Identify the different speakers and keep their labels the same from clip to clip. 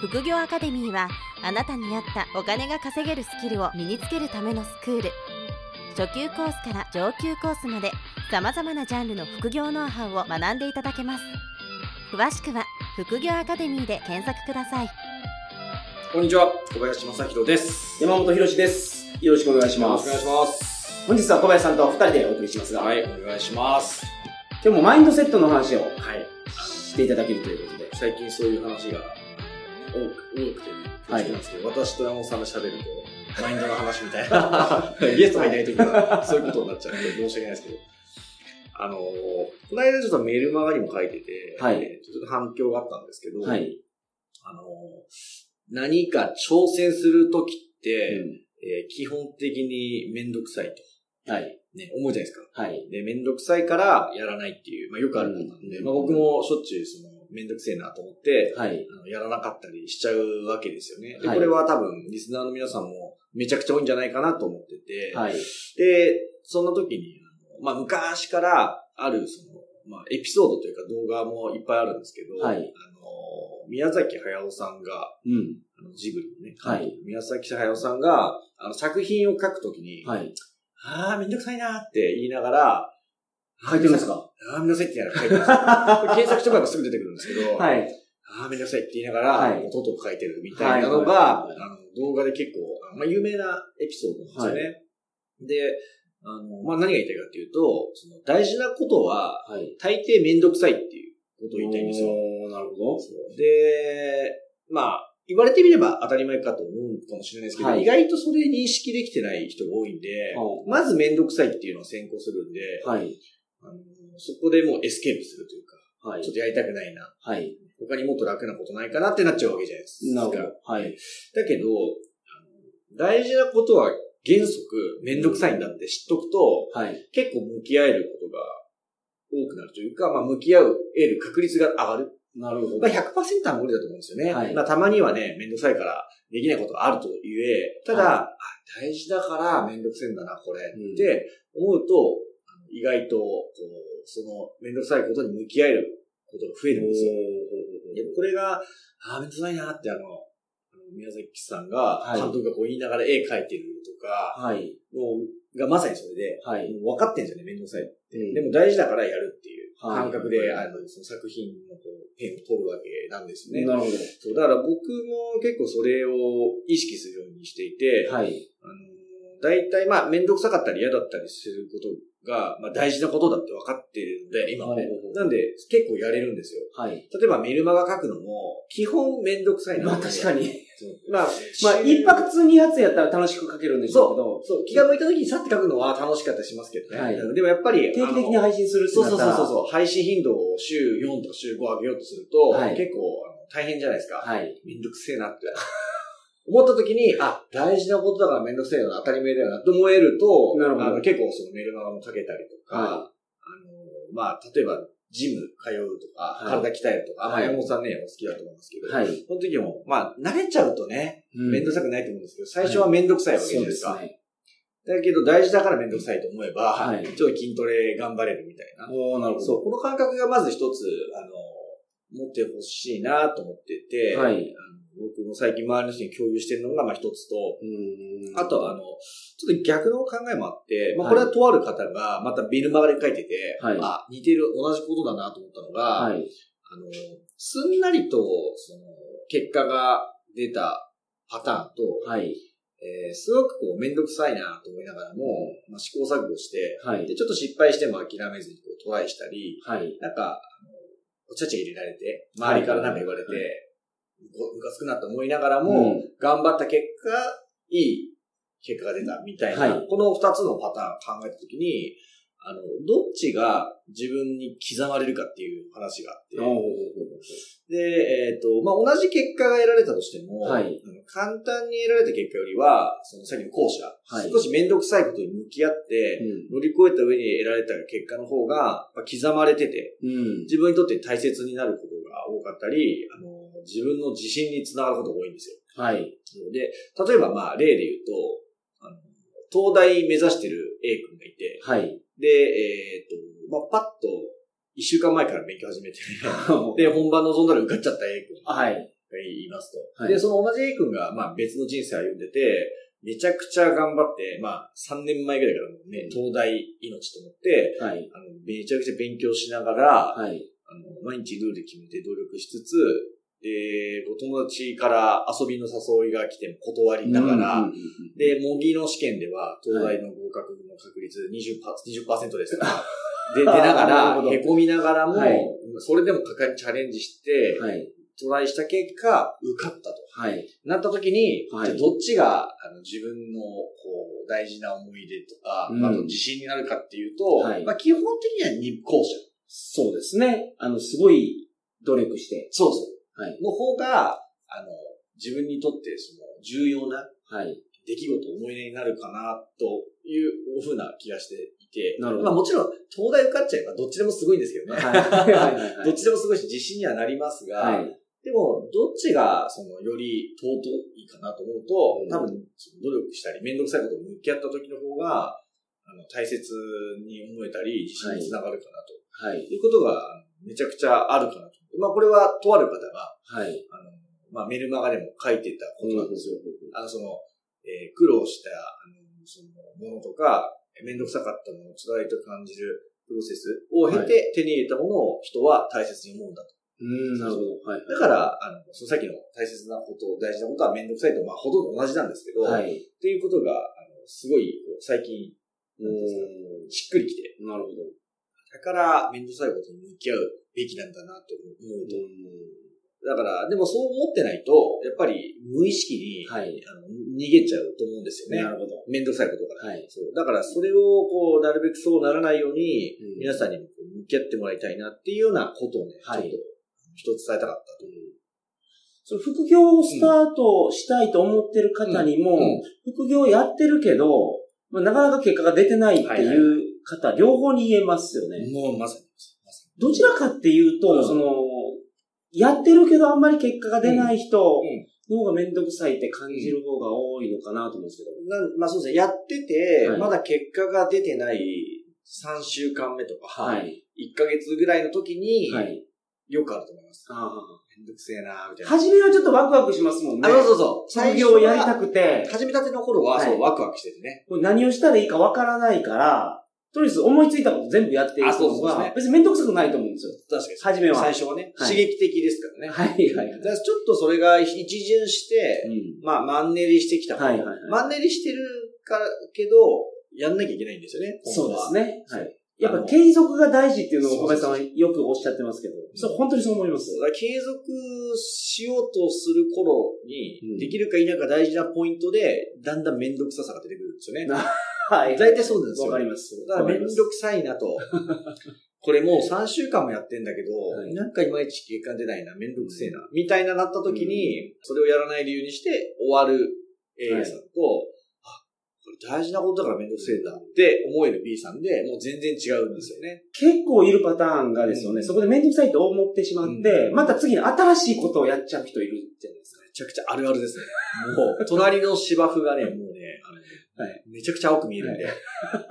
Speaker 1: 副業アカデミーはあなたに合ったお金が稼げるスキルを身につけるためのスクール初級コースから上級コースまでさまざまなジャンルの副業ノウハウを学んでいただけます詳しくは「副業アカデミー」で検索ください
Speaker 2: こんにちは、小林正宏です。
Speaker 3: 山本博史です。よろしくお願いし
Speaker 2: よろ
Speaker 3: ま
Speaker 2: し
Speaker 3: す。
Speaker 2: くお願いします。
Speaker 3: 本日は小林さんと二人でお送りしますが、
Speaker 2: はい、お願いします。
Speaker 3: 今日もマインドセットの話を
Speaker 2: はい。
Speaker 3: していただけるということで、
Speaker 2: 最近そういう話が多く、多くて、
Speaker 3: はい
Speaker 2: 恐縮なんですけど、私と山本さんが喋ると、マインドの話みたいな、 ゲストがいないときは、そういうことになっちゃうんで、申し訳ないですけど。あのー、この間ちょっとメールマガにも書いてて、
Speaker 3: はい
Speaker 2: えーちょっと反響があったんですけど、
Speaker 3: はい。
Speaker 2: あのー、何か挑戦するときって、
Speaker 3: う
Speaker 2: えー基本的にめんどくさいと、
Speaker 3: んはい。
Speaker 2: ね、思うじゃないですか。
Speaker 3: はい。
Speaker 2: で、めんどくさいからやらないっていう、まあよくあることなんで、
Speaker 3: うん
Speaker 2: まあ僕もしょっちゅうその、めんどくせえなと思って、
Speaker 3: はい。
Speaker 2: あのやらなかったりしちゃうわけですよね。で、
Speaker 3: はい
Speaker 2: これは多分、リスナーの皆さんもめちゃくちゃ多いんじゃないかなと思ってて、
Speaker 3: はい。
Speaker 2: で、そんな時に、あのまあ昔からある、その、まあエピソードというか動画もいっぱいあるんですけど、
Speaker 3: はい
Speaker 2: あの、宮崎駿さんが、
Speaker 3: うん。
Speaker 2: あのジブリのね、
Speaker 3: はい
Speaker 2: 宮崎駿さんが、あの作品を書くときに、
Speaker 3: はい。
Speaker 2: ああ、めんどくさいなーって言いながら、
Speaker 3: 書いてますか
Speaker 2: ああ、めんどくさいって言いながら書いてます。これ検索してもらえばすぐ出てくるんですけ ど、
Speaker 3: はい。
Speaker 2: ああ、めんどくさいって言いながら、
Speaker 3: はい
Speaker 2: もうとうとう書いてるみたいなのが、
Speaker 3: はいはいはい
Speaker 2: あの動画で結構、まあ、有名なエピソードなんですよね。で、あの、まあ、何が言いたいかっていうと、その大事なことは、
Speaker 3: はい。
Speaker 2: 大抵めんどくさいっていうことを言いたいんですよ。
Speaker 3: おーなるほ
Speaker 2: そうで、まあ、言われてみれば当たり前かと思うかもしれないですけど、
Speaker 3: はい
Speaker 2: 意外とそれ認識できてない人が多いんで、
Speaker 3: う
Speaker 2: まずめんどくさいっていうのを先行するんで、
Speaker 3: ど。はい。
Speaker 2: あのそこでもうエスケープするというか、
Speaker 3: はい
Speaker 2: ちょっ。とやりたくないな。
Speaker 3: はい。
Speaker 2: 他にもっと楽なことないかなってなっちゃうわけじゃないですか。
Speaker 3: なるほど。はい。
Speaker 2: だけど、あの大事なことは原則めんどくさいんだって知っとくと、
Speaker 3: はい。
Speaker 2: 結構向き合えることが多くなるというか、まあ向き合う、得る確率が上がる。
Speaker 3: なるほ
Speaker 2: まあ、
Speaker 3: ど。
Speaker 2: 100%は無理だと思うんですよね。
Speaker 3: はい
Speaker 2: まあ、たまにはね、めんどくさいからできないことがあると言え、ただ、
Speaker 3: はい
Speaker 2: あ大事だからめんどくせえんだな、これ、
Speaker 3: うん
Speaker 2: って思うと、あの意外と、こう、そのめんどくさいことに向き合えることが増えるんですよ。でこれが、あーめんどくさいなってあの、あの宮崎さんが、
Speaker 3: はい
Speaker 2: 監督がこう言いながら絵描いてるとか、
Speaker 3: はい。
Speaker 2: もうがまさにそれで、
Speaker 3: はい。
Speaker 2: もう分かってんじゃね、めんどくさい。
Speaker 3: で
Speaker 2: で、も大事だからやるっていう
Speaker 3: はい
Speaker 2: 感覚で、あの、その作品のこう、ペンを取るわけなんですよね。
Speaker 3: なるほ
Speaker 2: そう、だから僕も結構それを意識するようにしていて、
Speaker 3: ど。はい。
Speaker 2: あの、大体まあ、めんどくさかったり嫌だったりすることが、まあ大事なことだって分かってるので、今はね
Speaker 3: なるほ。ど
Speaker 2: なんで、結構やれるんですよ。
Speaker 3: はい。
Speaker 2: 例えばメルマガ書くのも、基本めんどくさいな。
Speaker 3: まあ確か
Speaker 2: に。
Speaker 3: に。
Speaker 2: ま
Speaker 3: ま
Speaker 2: あ、
Speaker 3: あ、一泊通二発やったら楽しく書けるんでしょうけど、
Speaker 2: そう、気が向いた時にさって書くのは楽しかったりしますけどね。
Speaker 3: はい
Speaker 2: でもやっぱり、
Speaker 3: 定期的に
Speaker 2: あの
Speaker 3: 配信するって
Speaker 2: そう
Speaker 3: な
Speaker 2: そう
Speaker 3: った
Speaker 2: そ
Speaker 3: ら
Speaker 2: うそうそう。配信頻度を週4とか週5上げようとすると、
Speaker 3: はい
Speaker 2: 結構あの大変じゃないですか。
Speaker 3: はい。
Speaker 2: めんどくせえなって。思った時に、あ、大事なことだからめんどくせえよな、当たり前だよな、と思えると、
Speaker 3: なるほど
Speaker 2: あの結構そのメルマガもかけたりと
Speaker 3: は
Speaker 2: か、
Speaker 3: い
Speaker 2: あの、まあ、例えば、ジム通うとか、
Speaker 3: はい
Speaker 2: 体鍛えるとか、まあ、
Speaker 3: はい
Speaker 2: 山本さんね、お好きだと思うんですけど、
Speaker 3: はい。
Speaker 2: その時も、まあ、慣れちゃうとね、めんどく
Speaker 3: さ
Speaker 2: さくないと思うんですけど、最初はめんどくさいわけじゃないですか。
Speaker 3: ね。
Speaker 2: だけど、大事だからめんどくさいと思えば、
Speaker 3: はい
Speaker 2: ちょっと筋トレ頑張れるみたいな。
Speaker 3: おーなるほど。
Speaker 2: そう、この感覚がまず一つ、あの、持ってほしいなと思ってて、
Speaker 3: はい
Speaker 2: あの僕も最近周りの人に共有してるのが、まあ一つと、
Speaker 3: うん
Speaker 2: あとはあの、ちょっと逆の考えもあって、まあ
Speaker 3: は
Speaker 2: こ
Speaker 3: い
Speaker 2: れはとある方が、またビルマガで書いてて、
Speaker 3: はい
Speaker 2: あ、似てる、同じことだなと思ったのが、
Speaker 3: はい。
Speaker 2: あの、すんなりと、その、結果が出たパターンと、
Speaker 3: はい。
Speaker 2: えーすごくこう、めんどくさいなと思いながらも、まあ試行錯誤して、
Speaker 3: はい。
Speaker 2: で、ちょっと失敗しても諦めずにこうトライしたり、
Speaker 3: はい。
Speaker 2: なんか、あのおちゃちゃ入れられて、周りからなんか言われて、
Speaker 3: はいは
Speaker 2: ごむかつくなって思いながらも、頑張った結果、いい結果が出たみたいな、
Speaker 3: はい
Speaker 2: この二つのパターンを考えたときに、あの、どっちが自分に刻まれるかっていう話があって、で、えっ、と、まあ、同じ結果が得られたとしても、
Speaker 3: はい
Speaker 2: あの簡単に得られた結果よりは、そのさっきの後者、
Speaker 3: はい
Speaker 2: 少し面倒くさいことに向き合って、乗り越えた上に得られた結果の方が、まあ、刻まれてて、
Speaker 3: うん。
Speaker 2: 自分にとって大切になることが多かったり、あの、自分の自信につながることが多いんですよ。
Speaker 3: はい。
Speaker 2: で、例えばまあ例で言うと、あの東大目指してる A 君がいて、
Speaker 3: はい。
Speaker 2: で、えっ、と、まあパッと一週間前から勉強始めて、で、本番望んだら受かっちゃった A 君が
Speaker 3: はい。
Speaker 2: いますと。
Speaker 3: はい
Speaker 2: で、その同じ A 君がまあ別の人生歩んでて、めちゃくちゃ頑張って、まあ3年前ぐらいからもうね、東大命と思って、
Speaker 3: はい。
Speaker 2: あのめちゃくちゃ勉強しながら、
Speaker 3: はい。
Speaker 2: あの、毎日ルール決めて努力しつつ、で、お友達から遊びの誘いが来ても断りながら、
Speaker 3: うんうんうん
Speaker 2: で、模擬の試験では、東大の合格の確率20%, 20%ですか ら、で、出なが
Speaker 3: なるほ
Speaker 2: ら、
Speaker 3: ど
Speaker 2: 凹みながらも、
Speaker 3: はい
Speaker 2: それでも果敢にチャレンジして、
Speaker 3: はい。
Speaker 2: トライした結果、受かったと。
Speaker 3: はい。
Speaker 2: なった時に、
Speaker 3: はい
Speaker 2: じゃあどっちがあの自分のこう大事な思い出とか、
Speaker 3: うん
Speaker 2: あと自信になるかっていうと、
Speaker 3: はい
Speaker 2: まあ基本的には日光者。
Speaker 3: そうですね。あの、すごい努力して。
Speaker 2: そうそう。
Speaker 3: はい
Speaker 2: の方が、あの、自分にとって、その、重要な
Speaker 3: はい。
Speaker 2: 出来事、思い出になるかな、というふうな気がしていて。
Speaker 3: なるほど
Speaker 2: まあもちろん、東大受かっちゃえばどっちでもすごいんですけどね。
Speaker 3: はいはいはいはい
Speaker 2: どっちでもすごいし、自信にはなりますが、
Speaker 3: はい。
Speaker 2: でも、どっちが、その、より尊いかなと思うと、
Speaker 3: うん
Speaker 2: 多分、その努力したり、面倒くさいことに向き合った時の方が、あの、大切に思えたり、自信につながるかなと。
Speaker 3: はい。
Speaker 2: いうことが、あのめちゃくちゃあるかなと。まあ、これは、とある方が、
Speaker 3: はい。
Speaker 2: あの、まあ、メルマガでも書いてたことなんですよ。
Speaker 3: う
Speaker 2: あの、その、えー苦労した、あの、その、ものとか、めんどくさかったもの、辛いと感じるプロセスを経て手に入れたものを人は大切に思うんだと。
Speaker 3: ん、なるほど。はい。
Speaker 2: だから、あの、そのさっきの大切なこと、大事なことはめんどくさいと、まあ、ほとんど同じなんですけど、
Speaker 3: は
Speaker 2: っ
Speaker 3: い。
Speaker 2: ていうことが、あの、すごい、こう最近、なんていうんですか
Speaker 3: う
Speaker 2: しっくりきて、
Speaker 3: ん。なるほど。
Speaker 2: だから、めんどくさいことに向き合うべきなんだなと思うと。だから、でもそう思ってないと、やっぱり無意識に、
Speaker 3: はい。
Speaker 2: あの逃げちゃうと思うんですよね
Speaker 3: な。るほど。
Speaker 2: めんどくさいことから。
Speaker 3: はい。
Speaker 2: そうだから、それを、こう、なるべくそうならないように、
Speaker 3: うん
Speaker 2: 皆さんにもこう向き合ってもらいたいなっていうようなことをね、
Speaker 3: はい
Speaker 2: ちょっと、一つ伝えたかったという。
Speaker 3: その副業をスタートしたいと思ってる方にも、
Speaker 2: うん
Speaker 3: 副業やってるけど、まあ、なかなか結果が出てないって
Speaker 2: はいはい
Speaker 3: いう方、両方に言えますよね。
Speaker 2: もう、まさに。まさに
Speaker 3: どちらかっていうと、
Speaker 2: うん
Speaker 3: その、やってるけどあんまり結果が出ない人
Speaker 2: ん
Speaker 3: の方がめんどくさいって感じる方が多いのかなと思うんですけど。
Speaker 2: なんまあそうですね、やってて、
Speaker 3: はい
Speaker 2: まだ結果が出てない3週間目とか、
Speaker 3: はい。
Speaker 2: 1ヶ月ぐらいの時に、
Speaker 3: はい。
Speaker 2: よくあると思います。
Speaker 3: あ
Speaker 2: めんどくせえなみたい
Speaker 3: あ。
Speaker 2: な。
Speaker 3: 初めはちょっとワクワクしますもんね。
Speaker 2: あ、そうそうそう。
Speaker 3: 副業をやりた
Speaker 2: く
Speaker 3: くて、
Speaker 2: 始めたての頃は、
Speaker 3: はい
Speaker 2: そう、ワクワクしててね。
Speaker 3: これ何をしたらいいかわからないから、とりあえず思いついたこと全部やっていく
Speaker 2: あそう
Speaker 3: の
Speaker 2: そうですね
Speaker 3: が、別にめんどくさくないと思うんですよ。
Speaker 2: 確かに。
Speaker 3: 初めは。
Speaker 2: 最初はね、
Speaker 3: はい
Speaker 2: 刺激的ですからね。
Speaker 3: はいはいはい。
Speaker 2: だからちょっとそれが一巡して、
Speaker 3: うん。
Speaker 2: まあ、マンネリしてきたこと。
Speaker 3: はいはいはい
Speaker 2: マンネリしてるから、けど、やんなきゃいけないんですよね。
Speaker 3: そうです
Speaker 2: ね。
Speaker 3: ね。
Speaker 2: そう
Speaker 3: はい。やっぱ継続が大事っていうのを小
Speaker 2: そう
Speaker 3: 林さ
Speaker 2: そう
Speaker 3: んはよくおっしゃってますけど、それ本当にそう思います。
Speaker 2: そうだから継続しようとする頃に、
Speaker 3: うん
Speaker 2: できるか否か大事なポイントで、だんだん面倒くささが出てくるんですよね。
Speaker 3: は
Speaker 2: 大体そうなんですよ。
Speaker 3: わかります。
Speaker 2: だから面倒くさいな と。これもう3週間もやってんだけど、
Speaker 3: はい
Speaker 2: なんかいまいち結果出ないな、面倒くせえな、みたいななった時に、それをやらない理由にして終わる A さんと、あ、これ大事なことだから面倒くせえんだって思える B さんで、もう全然違うんですよね。
Speaker 3: 結構いるパターンがですよね、
Speaker 2: うん
Speaker 3: そこで面倒くさいと思ってしまって、
Speaker 2: うん
Speaker 3: また次に新しいことをやっちゃう人いるじゃないですか。
Speaker 2: めちゃくちゃあるあるですね。もう、隣の芝生がね、もうね、あの
Speaker 3: はい
Speaker 2: めちゃくちゃ青く見えるんで。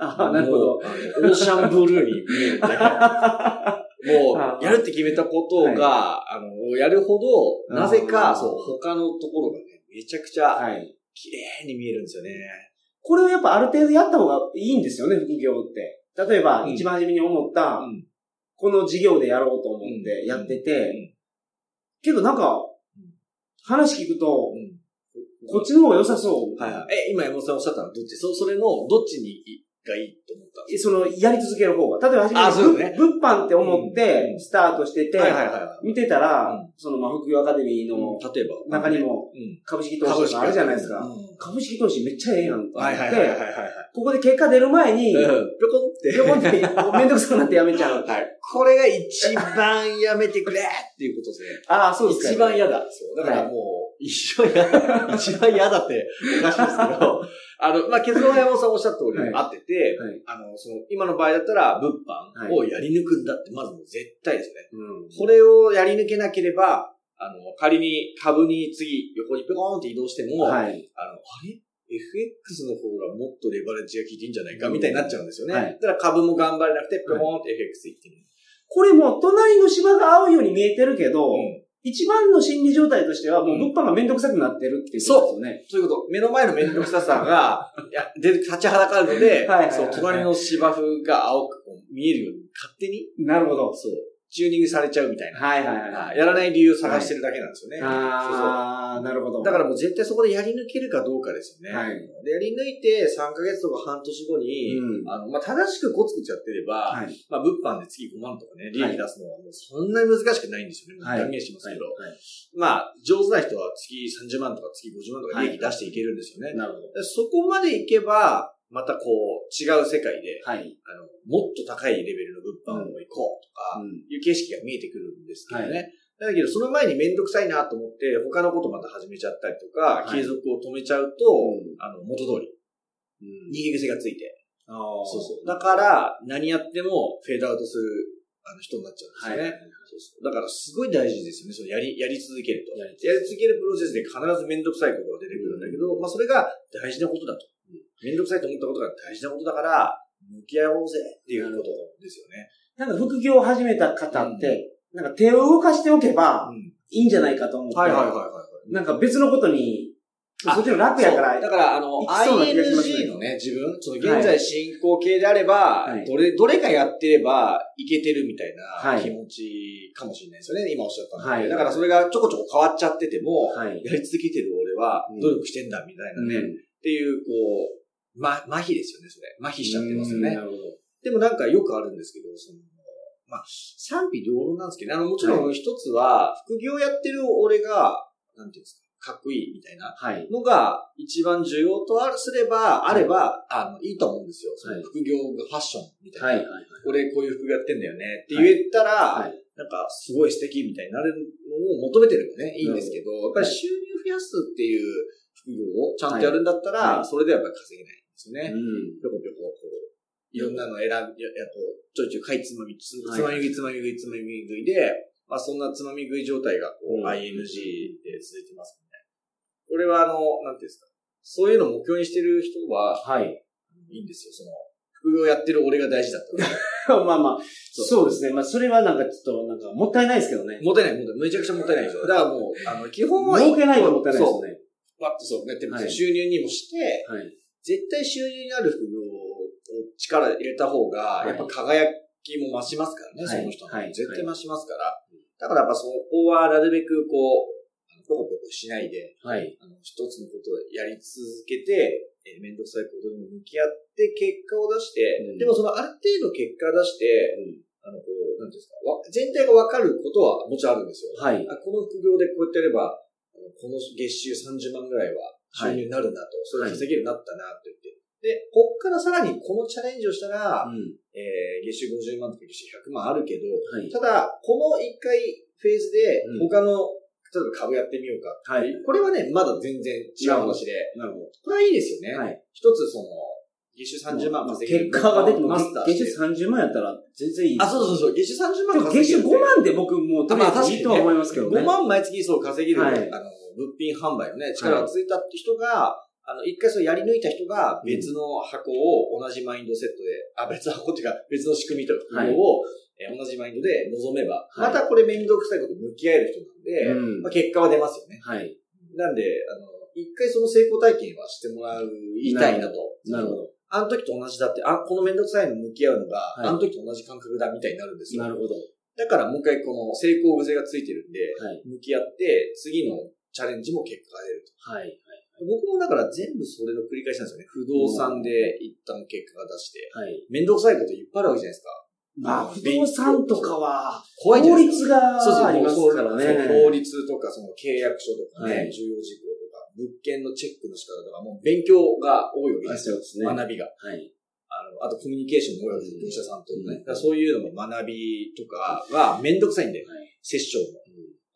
Speaker 3: あなるほど。
Speaker 2: もう。 あのオーシャンブルーに見えるんで。 も
Speaker 3: あ
Speaker 2: う、やるって決めたことが、あの、やるほど、なぜ
Speaker 3: あ
Speaker 2: か、
Speaker 3: ー
Speaker 2: そう、他のところがね、めちゃくちゃ、
Speaker 3: はい。
Speaker 2: 綺麗に見えるんですよね。
Speaker 3: これをやっぱある程度やった方がいいんですよね、副業って。例えば、
Speaker 2: うん
Speaker 3: 一番初めに思った、
Speaker 2: うん
Speaker 3: この事業でやろうと思ってやってて、けどなんか
Speaker 2: ん、
Speaker 3: 話聞くと
Speaker 2: う、ん
Speaker 3: こっちの方が良さそう。
Speaker 2: はいはい。え、今山本さんおっしゃったのはどっちそ、それの、どっちにいがいいと思ったんです
Speaker 3: その、やり続ける方が。例えば初
Speaker 2: あそう
Speaker 3: め
Speaker 2: ね
Speaker 3: て、ぶ物販って思っ
Speaker 2: う
Speaker 3: て、
Speaker 2: ん
Speaker 3: スタートしてて、
Speaker 2: はいはいはいは
Speaker 3: 見てたら、
Speaker 2: うん
Speaker 3: その、まあ、副業アカデミー
Speaker 2: い。
Speaker 3: の
Speaker 2: 例えば。
Speaker 3: 中にも、
Speaker 2: うん、
Speaker 3: 株式投資とかあるじゃないですか。
Speaker 2: うん
Speaker 3: 株式投資めっちゃええやんと思
Speaker 2: は
Speaker 3: っ
Speaker 2: い
Speaker 3: て、
Speaker 2: はいはいはいはいはい。
Speaker 3: ここで結果出る前に、
Speaker 2: うんぴょこんって。
Speaker 3: ピョコンって、めんどくさくなってやめち ゃう。
Speaker 2: はい。これが一番やめてくれっていうことで。
Speaker 3: ああ、そうですか。
Speaker 2: 一番嫌だ。そう。だからもう、一番嫌だ。一番嫌だっておかしいですけ ど、あの、まあ、結論は山本さんおっしゃった通り
Speaker 3: はい
Speaker 2: 合ってて、
Speaker 3: はい
Speaker 2: あの、その、今の場合だったら、物販をやり抜くんだって、まずもう絶対ですね。
Speaker 3: うん
Speaker 2: これをやり抜けなければ、あの、仮に株に次、横にペコーンって移動しても、
Speaker 3: はい。
Speaker 2: あの、あれ ?FX の方がもっとレバレッジが効いていいんじゃないかみたいになっちゃうんですよね。
Speaker 3: はい
Speaker 2: だから株も頑張れなくて、ペコーンって FX 行ってみる。
Speaker 3: これも、隣の芝が合うように見えてるけど、
Speaker 2: うん
Speaker 3: 一番の心理状態としては、もう物販がめんどくさくなってるっていうことですよね。
Speaker 2: そういうこと。目の前の面倒くささ が、いや、で、立ちはだかるので、
Speaker 3: はいはいはい
Speaker 2: そう、隣の芝生が青くこう見えるように勝手に、
Speaker 3: なるほど。
Speaker 2: そう、チューニングされちゃうみたいな。
Speaker 3: はいはいはい。
Speaker 2: やらない理由を探してるだけなんですよね。
Speaker 3: ああ、なるほど。
Speaker 2: だからもう絶対そこでやり抜けるかどうかですよね。
Speaker 3: はい
Speaker 2: でやり抜いて3ヶ月とか半年後に、
Speaker 3: うん
Speaker 2: あの、まあ、正しくコツコツやってれば、
Speaker 3: はい。
Speaker 2: まあ、物販で月5万とかね、利益出すのはもうそんなに難しくないんですよね。
Speaker 3: はい
Speaker 2: 断言しますけど。
Speaker 3: はい
Speaker 2: まあ、上手な人は月30万とか月50万とか利益出していけるんですよね。
Speaker 3: なるほど。
Speaker 2: でそこまでいけば、またこう、違う世界で、
Speaker 3: はい。
Speaker 2: あの、もっと高いレベルの物販を行こうとか、いう景色が見えてくるんですけどね。だけど、その前にめんどくさいなと思って、他のことまた始めちゃったりとか、
Speaker 3: はい
Speaker 2: 継続を止めちゃうと、
Speaker 3: うん
Speaker 2: あの、元通り、逃げ癖がついて。
Speaker 3: ああ。
Speaker 2: そうそう。だから、何やってもフェードアウトするあの人になっちゃうんですよ
Speaker 3: は
Speaker 2: ね。
Speaker 3: い
Speaker 2: そうそうだから、すごい大事ですよね。そのやり、やり続けると。
Speaker 3: や
Speaker 2: や
Speaker 3: り
Speaker 2: り
Speaker 3: 続ける
Speaker 2: 続けるプロセスで必ずめんどくさいことが出てくるんだけど、まあ、それが大事なことだと。めんどくさいと思ったことが大事なことだから、向き合おうぜっていうことですよね。
Speaker 3: なんか副業を始めた方って、なんか手を動かしておけば
Speaker 2: うん
Speaker 3: いいんじゃないかと思って。
Speaker 2: はい。
Speaker 3: なんか別のことに、
Speaker 2: あ
Speaker 3: そっちの楽やから。
Speaker 2: そうだから、あの、
Speaker 3: いきそうな気がしますね
Speaker 2: ING のね、自分、その
Speaker 3: はい
Speaker 2: 現在進行形であれば、
Speaker 3: はい
Speaker 2: どれ、どれかやってれば、いけてるみたい
Speaker 3: は
Speaker 2: ない気持ちかもしれないですよね、今おっしゃったので、
Speaker 3: はい
Speaker 2: だからそれがちょこちょこ変わっちゃってても、
Speaker 3: はい。
Speaker 2: やり続けてる俺は
Speaker 3: うん
Speaker 2: 努力してんだみたいなね、っ
Speaker 3: ね。
Speaker 2: ていう、こう、ま、麻痺ですよね、それ。麻痺しちゃってますよ
Speaker 3: うん
Speaker 2: ね
Speaker 3: な。るほど。
Speaker 2: でもなんかよくあるんですけど、その、まあ、賛否両論なんですけどね、あの、もちろん一つは、副業やってる俺が、なんていうんですか、かっこいいみたいな。
Speaker 3: はい。
Speaker 2: のが一番重要とあるすれば、あれば、あの、いいと思うんですよ。そ
Speaker 3: は
Speaker 2: の
Speaker 3: い
Speaker 2: 副業がファッションみたいな。
Speaker 3: はい。
Speaker 2: 俺こういう服やってんだよねって言えたら、
Speaker 3: はいはい
Speaker 2: なんかすごい素敵みたいになるのを求めてればね、いいんですけど、やっぱり収入増やすっていう副業をちゃんとやるんだったら、
Speaker 3: はいはい
Speaker 2: それではやっぱり稼げないんですよね。
Speaker 3: うん。
Speaker 2: ぴょこぴょこ、こう、いろんなの選び、ややこうちょいちょい買いつまみ、つ
Speaker 3: はい
Speaker 2: つまみ食い、つまみ食い、つまみ食いで、まあそんなつまみ食い状態が
Speaker 3: うん
Speaker 2: こう、ING で続いてますみたいな。これはあの、なんていうんですか。そういうのを目標にしてる人は、
Speaker 3: はい。
Speaker 2: いいんですよ。その、副業やってる俺が大事だった。
Speaker 3: まあまあ、そうですね。まあそれはなんかちょっと、なんかもったいないですけどね。
Speaker 2: もったいない、もったいない。めちゃくちゃもったいないですよ。だからもう、あの、基本は
Speaker 3: 儲けないともったいないです
Speaker 2: そう。
Speaker 3: ね。
Speaker 2: パッとそう、やってるんですよ
Speaker 3: はい
Speaker 2: 収入にもして、
Speaker 3: はい。
Speaker 2: 絶対収入にある副業を力入れた方が
Speaker 3: は、い
Speaker 2: やっぱ輝きも増しますからね、
Speaker 3: はい
Speaker 2: その人の
Speaker 3: はい
Speaker 2: 絶対増しますから。だからやっぱそこはなるべくこう、あのポコポコしないで、
Speaker 3: はい。
Speaker 2: あの、一つのことをやり続けて、えーめんどくさいことに向き合って、結果を出して、
Speaker 3: うん
Speaker 2: でもそのある程度結果出して、あの、こう、なんていうんですか、わ全体がわかることはもちろんあるんですよ。
Speaker 3: はい。
Speaker 2: あこの副業でこうやってやれば、あのこの月収30万ぐらいは収入になるなと、それで稼げるようになったなと言って。で、こっからさらにこのチャレンジをしたら、
Speaker 3: うん
Speaker 2: えー月収50万とか月収100万あるけど、
Speaker 3: はい。
Speaker 2: ただ、この一回フェーズで
Speaker 3: うん
Speaker 2: 他の、例えば株やってみようか。
Speaker 3: はい。
Speaker 2: これはね、まだ全然違う話で、
Speaker 3: なるほ
Speaker 2: これはいいですよね。
Speaker 3: はい。
Speaker 2: 一つその、月収30万稼げる。
Speaker 3: 結果が出ても
Speaker 2: マスター、
Speaker 3: 月収30万やったら全然いい。
Speaker 2: あ、そうそうそう、月収30
Speaker 3: で
Speaker 2: 万
Speaker 3: も
Speaker 2: 稼
Speaker 3: 月
Speaker 2: げ
Speaker 3: 収
Speaker 2: る。
Speaker 3: 5万で僕もうとりあえずいいとは思いますけどね。
Speaker 2: 5万毎月そう稼げる、
Speaker 3: はい
Speaker 2: あの、物品販売のね、力がついたって人が、あの、一回それやり抜いた人が別の箱を同じマインドセットで、あ、別の箱っていうか別の仕組みとかを、えー同じマインドで臨めば、
Speaker 3: はい
Speaker 2: またこれ面倒くさいこと向き合える人なんで、
Speaker 3: うん
Speaker 2: まあ、結果は出ますよね。
Speaker 3: はい。
Speaker 2: なんで、あの、一回その成功体験はしてもらう、いたいなと。
Speaker 3: なるほど。
Speaker 2: あの時と同じだって、あ、この面倒くさいの向き合うのが、
Speaker 3: い
Speaker 2: あの時と同じ感覚だみたいになるんですよ。
Speaker 3: なるほど。
Speaker 2: だからもう一回この成功癖がついてるんで、
Speaker 3: はい。
Speaker 2: 向き合って、次のチャレンジも結果が出ると。
Speaker 3: はい。
Speaker 2: 僕もだから全部それの繰り返しなんですよね。不動産で一旦結果が出して。
Speaker 3: はい。
Speaker 2: 面倒くさいこといっぱいあるわけじゃないですか。
Speaker 3: まあ、不動産とかは、
Speaker 2: 怖いじゃ
Speaker 3: 法
Speaker 2: ないです
Speaker 3: 律
Speaker 2: か。
Speaker 3: があります
Speaker 2: そう
Speaker 3: から
Speaker 2: そう
Speaker 3: ね。
Speaker 2: そう法律とか、その契約書とか
Speaker 3: はい
Speaker 2: ね、重要事項とか、物件のチェックの仕方とか、もう勉強が多いわけ
Speaker 3: あ
Speaker 2: です
Speaker 3: そう
Speaker 2: よ。
Speaker 3: ですね。
Speaker 2: 学びが。
Speaker 3: はい。
Speaker 2: あの、あとコミュニケーションも多いわけです
Speaker 3: うん
Speaker 2: よ業者さんと
Speaker 3: うん
Speaker 2: ね。だからそういうのも学びとかがめんどくさいんで、
Speaker 3: はい
Speaker 2: セッションも。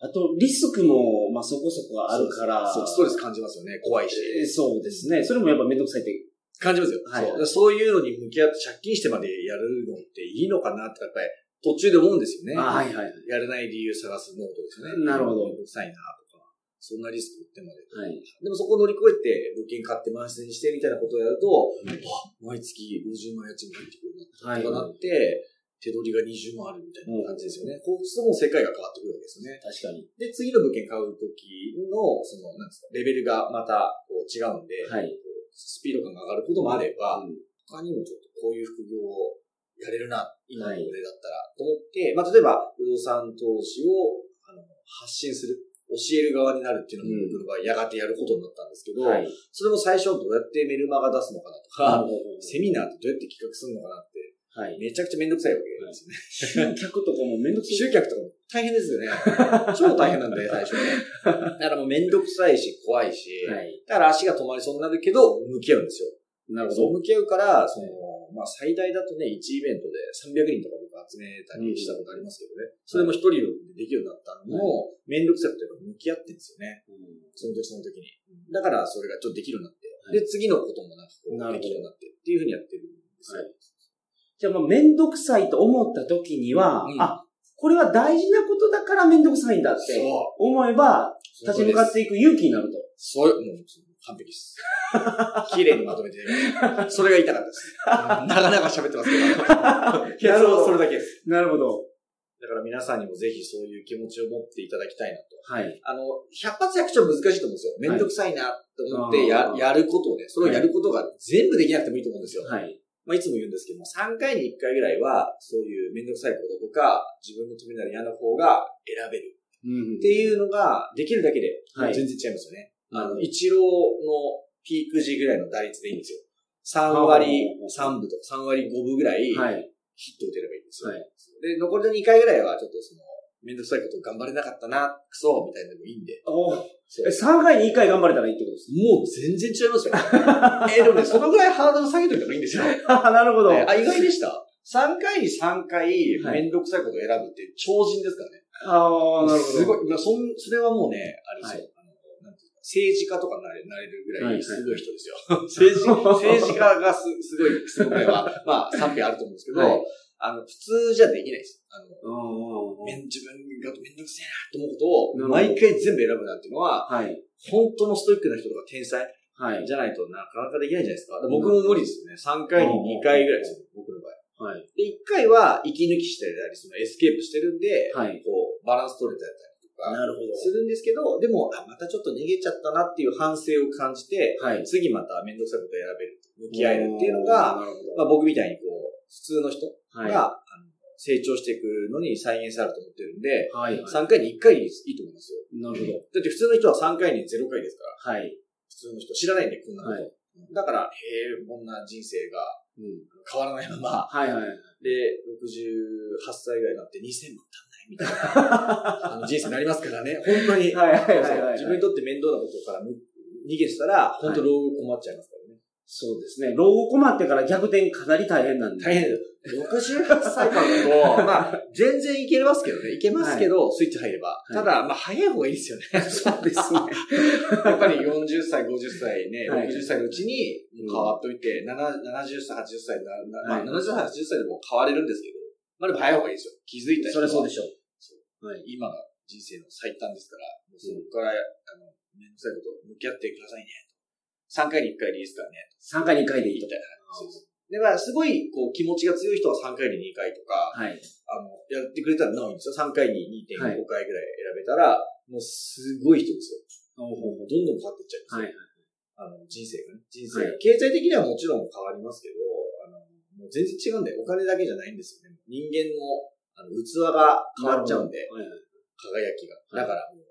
Speaker 3: あと、リスクも、まあ、そこそこあるから。
Speaker 2: そう、ストレス感じますよね。怖いし。
Speaker 3: えーそうですね。それもやっぱめんどくさいって。
Speaker 2: 感じますよ。
Speaker 3: はい
Speaker 2: そうだからそういうのに向き合って借金してまでやるのっていいのかなって、やっぱり途中で思うんですよね。
Speaker 3: あはいはいはい。
Speaker 2: やれない理由探すノートですね。
Speaker 3: なるほど
Speaker 2: めんどくさいなとか、そんなリスク負ってま
Speaker 3: は
Speaker 2: で。
Speaker 3: い。
Speaker 2: でもそこを乗り越えて、物件買って満室にしてみたいなことをやると、あ毎月50万円家賃入ってくる
Speaker 3: は
Speaker 2: な
Speaker 3: い。
Speaker 2: とかな
Speaker 3: 確
Speaker 2: って、手取りが20万あるみたいな感じですよね。こうするともう世界が変わってくるわけですよね。
Speaker 3: かに。
Speaker 2: で、次の物件買うときの、その、なんですか、レベルがまたこう違うんで、
Speaker 3: はい。
Speaker 2: スピード感が上がることもあれば、
Speaker 3: うん
Speaker 2: 他にもちょっとこういう副業をやれるな、今の
Speaker 3: はい
Speaker 2: 俺だったら、と思って、まあ、例えば、不動産投資をあの発信する、教える側になるっていうの
Speaker 3: うん
Speaker 2: も僕の場合、やがてやることになったんですけど、
Speaker 3: はい。
Speaker 2: それも最初どうやってメルマガ出すのかな
Speaker 3: なる
Speaker 2: と
Speaker 3: ほ
Speaker 2: か、セミナーってどうやって企画するのかなって、
Speaker 3: ど。 はい。
Speaker 2: めちゃくちゃめんどくさいわけですよね。
Speaker 3: 集客とかもめんどくさい。
Speaker 2: 集客とかも大変です よね。超大変なんで、最初。だからもうめんどくさいし、怖いし、
Speaker 3: はい。
Speaker 2: だから足が止まりそうになるけど、向き合うんですよ。
Speaker 3: なるほ
Speaker 2: そう
Speaker 3: ど。
Speaker 2: 向き合うから、その、まあ、最大だとね、1イベントで300人とか僕集めたりしたことありますけどね。それも一人でできるようになったのも、めんどくさくてやっぱ向き合ってんですよね。その時その時に。だから、それがちょっとできるようになって。
Speaker 3: はい
Speaker 2: で、次のこともなんかこ
Speaker 3: な
Speaker 2: う、
Speaker 3: るほど
Speaker 2: できるようになってっていうふうにやってるんですよ。
Speaker 3: はいじゃあ、まあ、めんどくさいと思った時には、
Speaker 2: うん
Speaker 3: あ、これは大事なことだからめんどくさいんだって
Speaker 2: そ
Speaker 3: 思えば、
Speaker 2: う。
Speaker 3: 立ち向かっていく勇気になると。
Speaker 2: そういう、もう、完璧です。 綺麗にまとめてます それが言いたかった です。長々喋ってますけ
Speaker 3: い
Speaker 2: ど。
Speaker 3: やなるほど
Speaker 2: それだけです。
Speaker 3: なるほど。
Speaker 2: だから皆さんにもぜひそういう気持ちを持っていただきたいなと。
Speaker 3: はい。
Speaker 2: あの、百発百中は難しいと思うんですよ。めんどくさいなと思ってや,、
Speaker 3: はい
Speaker 2: やることをね、それをやることが全部できなくてもいいと思うんですよ。
Speaker 3: はい。
Speaker 2: まあ、いつも言うんですけども、3回に1回ぐらいは、そういうめんどくさいこととか、自分のためなら嫌な方が選べる
Speaker 3: うん
Speaker 2: っていうのが、できるだけで、
Speaker 3: はい
Speaker 2: もう全然違いますよね。
Speaker 3: なる
Speaker 2: あ
Speaker 3: ほど
Speaker 2: の、一郎のピーク時ぐらいの打率でいいんですよ。3割3分とか3割5分ぐらい、
Speaker 3: はい。
Speaker 2: ヒット打てればいいんですよ。
Speaker 3: はい
Speaker 2: で、残りの2回ぐらいは、ちょっとその、めんどくさいこと頑張れなかったな、クソ、みたいなのでもいいんで。
Speaker 3: お
Speaker 2: そう
Speaker 3: え、3回に1回頑張れたらいいってことです
Speaker 2: もう全然違いますよ。 え、でもね、そのぐらいハードル下げといた方がいいんですよ。
Speaker 3: か なるほど。
Speaker 2: あ、意外でした ?3 回に3回、
Speaker 3: はい
Speaker 2: めんどくさいことを選ぶって超人ですからね。
Speaker 3: ああ、なるほど。
Speaker 2: すごい、まあそん、それはもうね、あれですよ。
Speaker 3: は
Speaker 2: あのなんていうか政治家とかになれなれるぐ
Speaker 3: はい
Speaker 2: ら
Speaker 3: はい
Speaker 2: いすごい人ですよ。政 治、政治家がすすごい、すごいは、まあ賛否あると思うんですけど、
Speaker 3: はい
Speaker 2: あの、普通じゃできないです。あの、
Speaker 3: うんうん
Speaker 2: め
Speaker 3: うん
Speaker 2: ん自分がめんどくせえなと思うことを、
Speaker 3: なる
Speaker 2: 毎
Speaker 3: ほど
Speaker 2: 回全部選ぶなんていうのは、
Speaker 3: はい。
Speaker 2: 本当のストイックな人とか天才
Speaker 3: はい。
Speaker 2: じゃないとなかなかできないじゃないですか。僕も無理ですよね。3回に2回ぐらいですよ、僕の場
Speaker 3: は
Speaker 2: 合。
Speaker 3: い。
Speaker 2: で、1回は息抜きしてたり、そのエスケープしてるんで、
Speaker 3: はい。
Speaker 2: こう、バランス取れてたりとか、
Speaker 3: なるほ
Speaker 2: するんですけど、でも、あ、またちょっと逃げちゃったなっていう反省を感じて、
Speaker 3: ど。はい。
Speaker 2: 次また面倒くさいことを選べる、向き合えるっていうのが、
Speaker 3: なるほど
Speaker 2: まあ、僕みたいにこう、普通の人
Speaker 3: はい。
Speaker 2: が、あの成長していくのに再現性あると思ってるんで、
Speaker 3: はい。はい
Speaker 2: 3回に1回でいいと思いますよ。
Speaker 3: なるほど。
Speaker 2: だって普通の人は3回に0回ですから、
Speaker 3: はい。
Speaker 2: 普通の人知らないんで、こんなこと。
Speaker 3: はい
Speaker 2: だから、へえ、こんな人生が
Speaker 3: うん。
Speaker 2: 変わらないまま、
Speaker 3: はいはい。
Speaker 2: で、68歳ぐらいになって2000万足んないみたいなあの人生になりますからね、本当に。
Speaker 3: はいはいはい
Speaker 2: そう
Speaker 3: はい。
Speaker 2: 自分にとって面倒なことからむ逃げてたら、本当老後困っちゃいますからね。
Speaker 3: そうですね。老後困ってから逆転かなり大変なんで。
Speaker 2: 大変ですよ。68歳からだと、 まあ、全然いけますけどね。いけますけど、スイッチ入れば。
Speaker 3: い
Speaker 2: ただ、まあ、早い方がいい ですよね。
Speaker 3: そうですね。
Speaker 2: やっぱり40歳、50歳ね、
Speaker 3: はい
Speaker 2: 60歳のうちに
Speaker 3: うん
Speaker 2: 変わっといて、なな70歳、80歳な、なまあ、
Speaker 3: は
Speaker 2: 70歳、80歳でも変われるんですけど、まあでも早い方がいいですよ。気づいた人
Speaker 3: そ
Speaker 2: は
Speaker 3: れそうでしょう。
Speaker 2: 今が人生の最短ですから、もうそこから、あの、めんどくさいこと向き合ってくださいね。3回に1回でいいですからね。
Speaker 3: 3回2回でいい
Speaker 2: み
Speaker 3: と
Speaker 2: た。いな。そうそうだから、すごい、こう、気持ちが強い人は3回に2回とか、
Speaker 3: はい。
Speaker 2: あの、やってくれたらなおいいんですよ。3回に2.5
Speaker 3: はい
Speaker 2: 回ぐらい選べたら、もうすごい人ですよ。
Speaker 3: ほうほうほ
Speaker 2: どんどん変わっていっちゃいま
Speaker 3: はいはい。
Speaker 2: すよあの、人生がね。人生が、
Speaker 3: はい
Speaker 2: 経済的にはもちろん変わりますけど、あの、もう全然違うんで、お金だけじゃないんですよね。人間の、あの、器が変わっちゃうんで、
Speaker 3: はいはい。
Speaker 2: 輝きが。だからもう、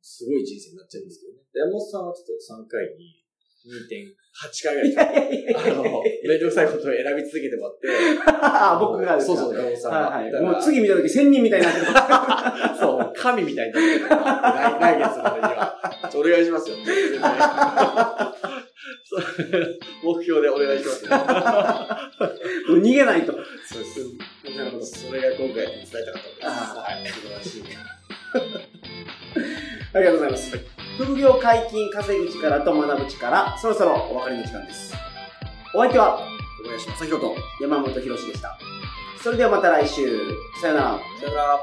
Speaker 2: すごい人生になっちゃうんですけどね。で山本さんはちょっと3回に2.8回ぐら い、あの、めんどくさいことを選び続けてもらって、
Speaker 3: あ僕がです
Speaker 2: そう
Speaker 3: か
Speaker 2: そう、山本さんが。
Speaker 3: はい
Speaker 2: だ
Speaker 3: はい。
Speaker 2: から
Speaker 3: もう次見た時仙人みたいになってる。
Speaker 2: そう、神みたいになってるから来来月までには。ちょお願いしますよ。そう目標でお願いしますよ。
Speaker 3: もう逃げないと。
Speaker 2: そうです。なるほど。それが今回伝えたかったことです。はい。素晴らしい。
Speaker 3: ありがとうございます。副業解禁、稼ぐ力と学ぶ力、そろそろお別れの時間です。お相手は
Speaker 2: 小林正宏と。
Speaker 3: 山本博史でした。それではまた来週。さよなら。
Speaker 2: さよなら。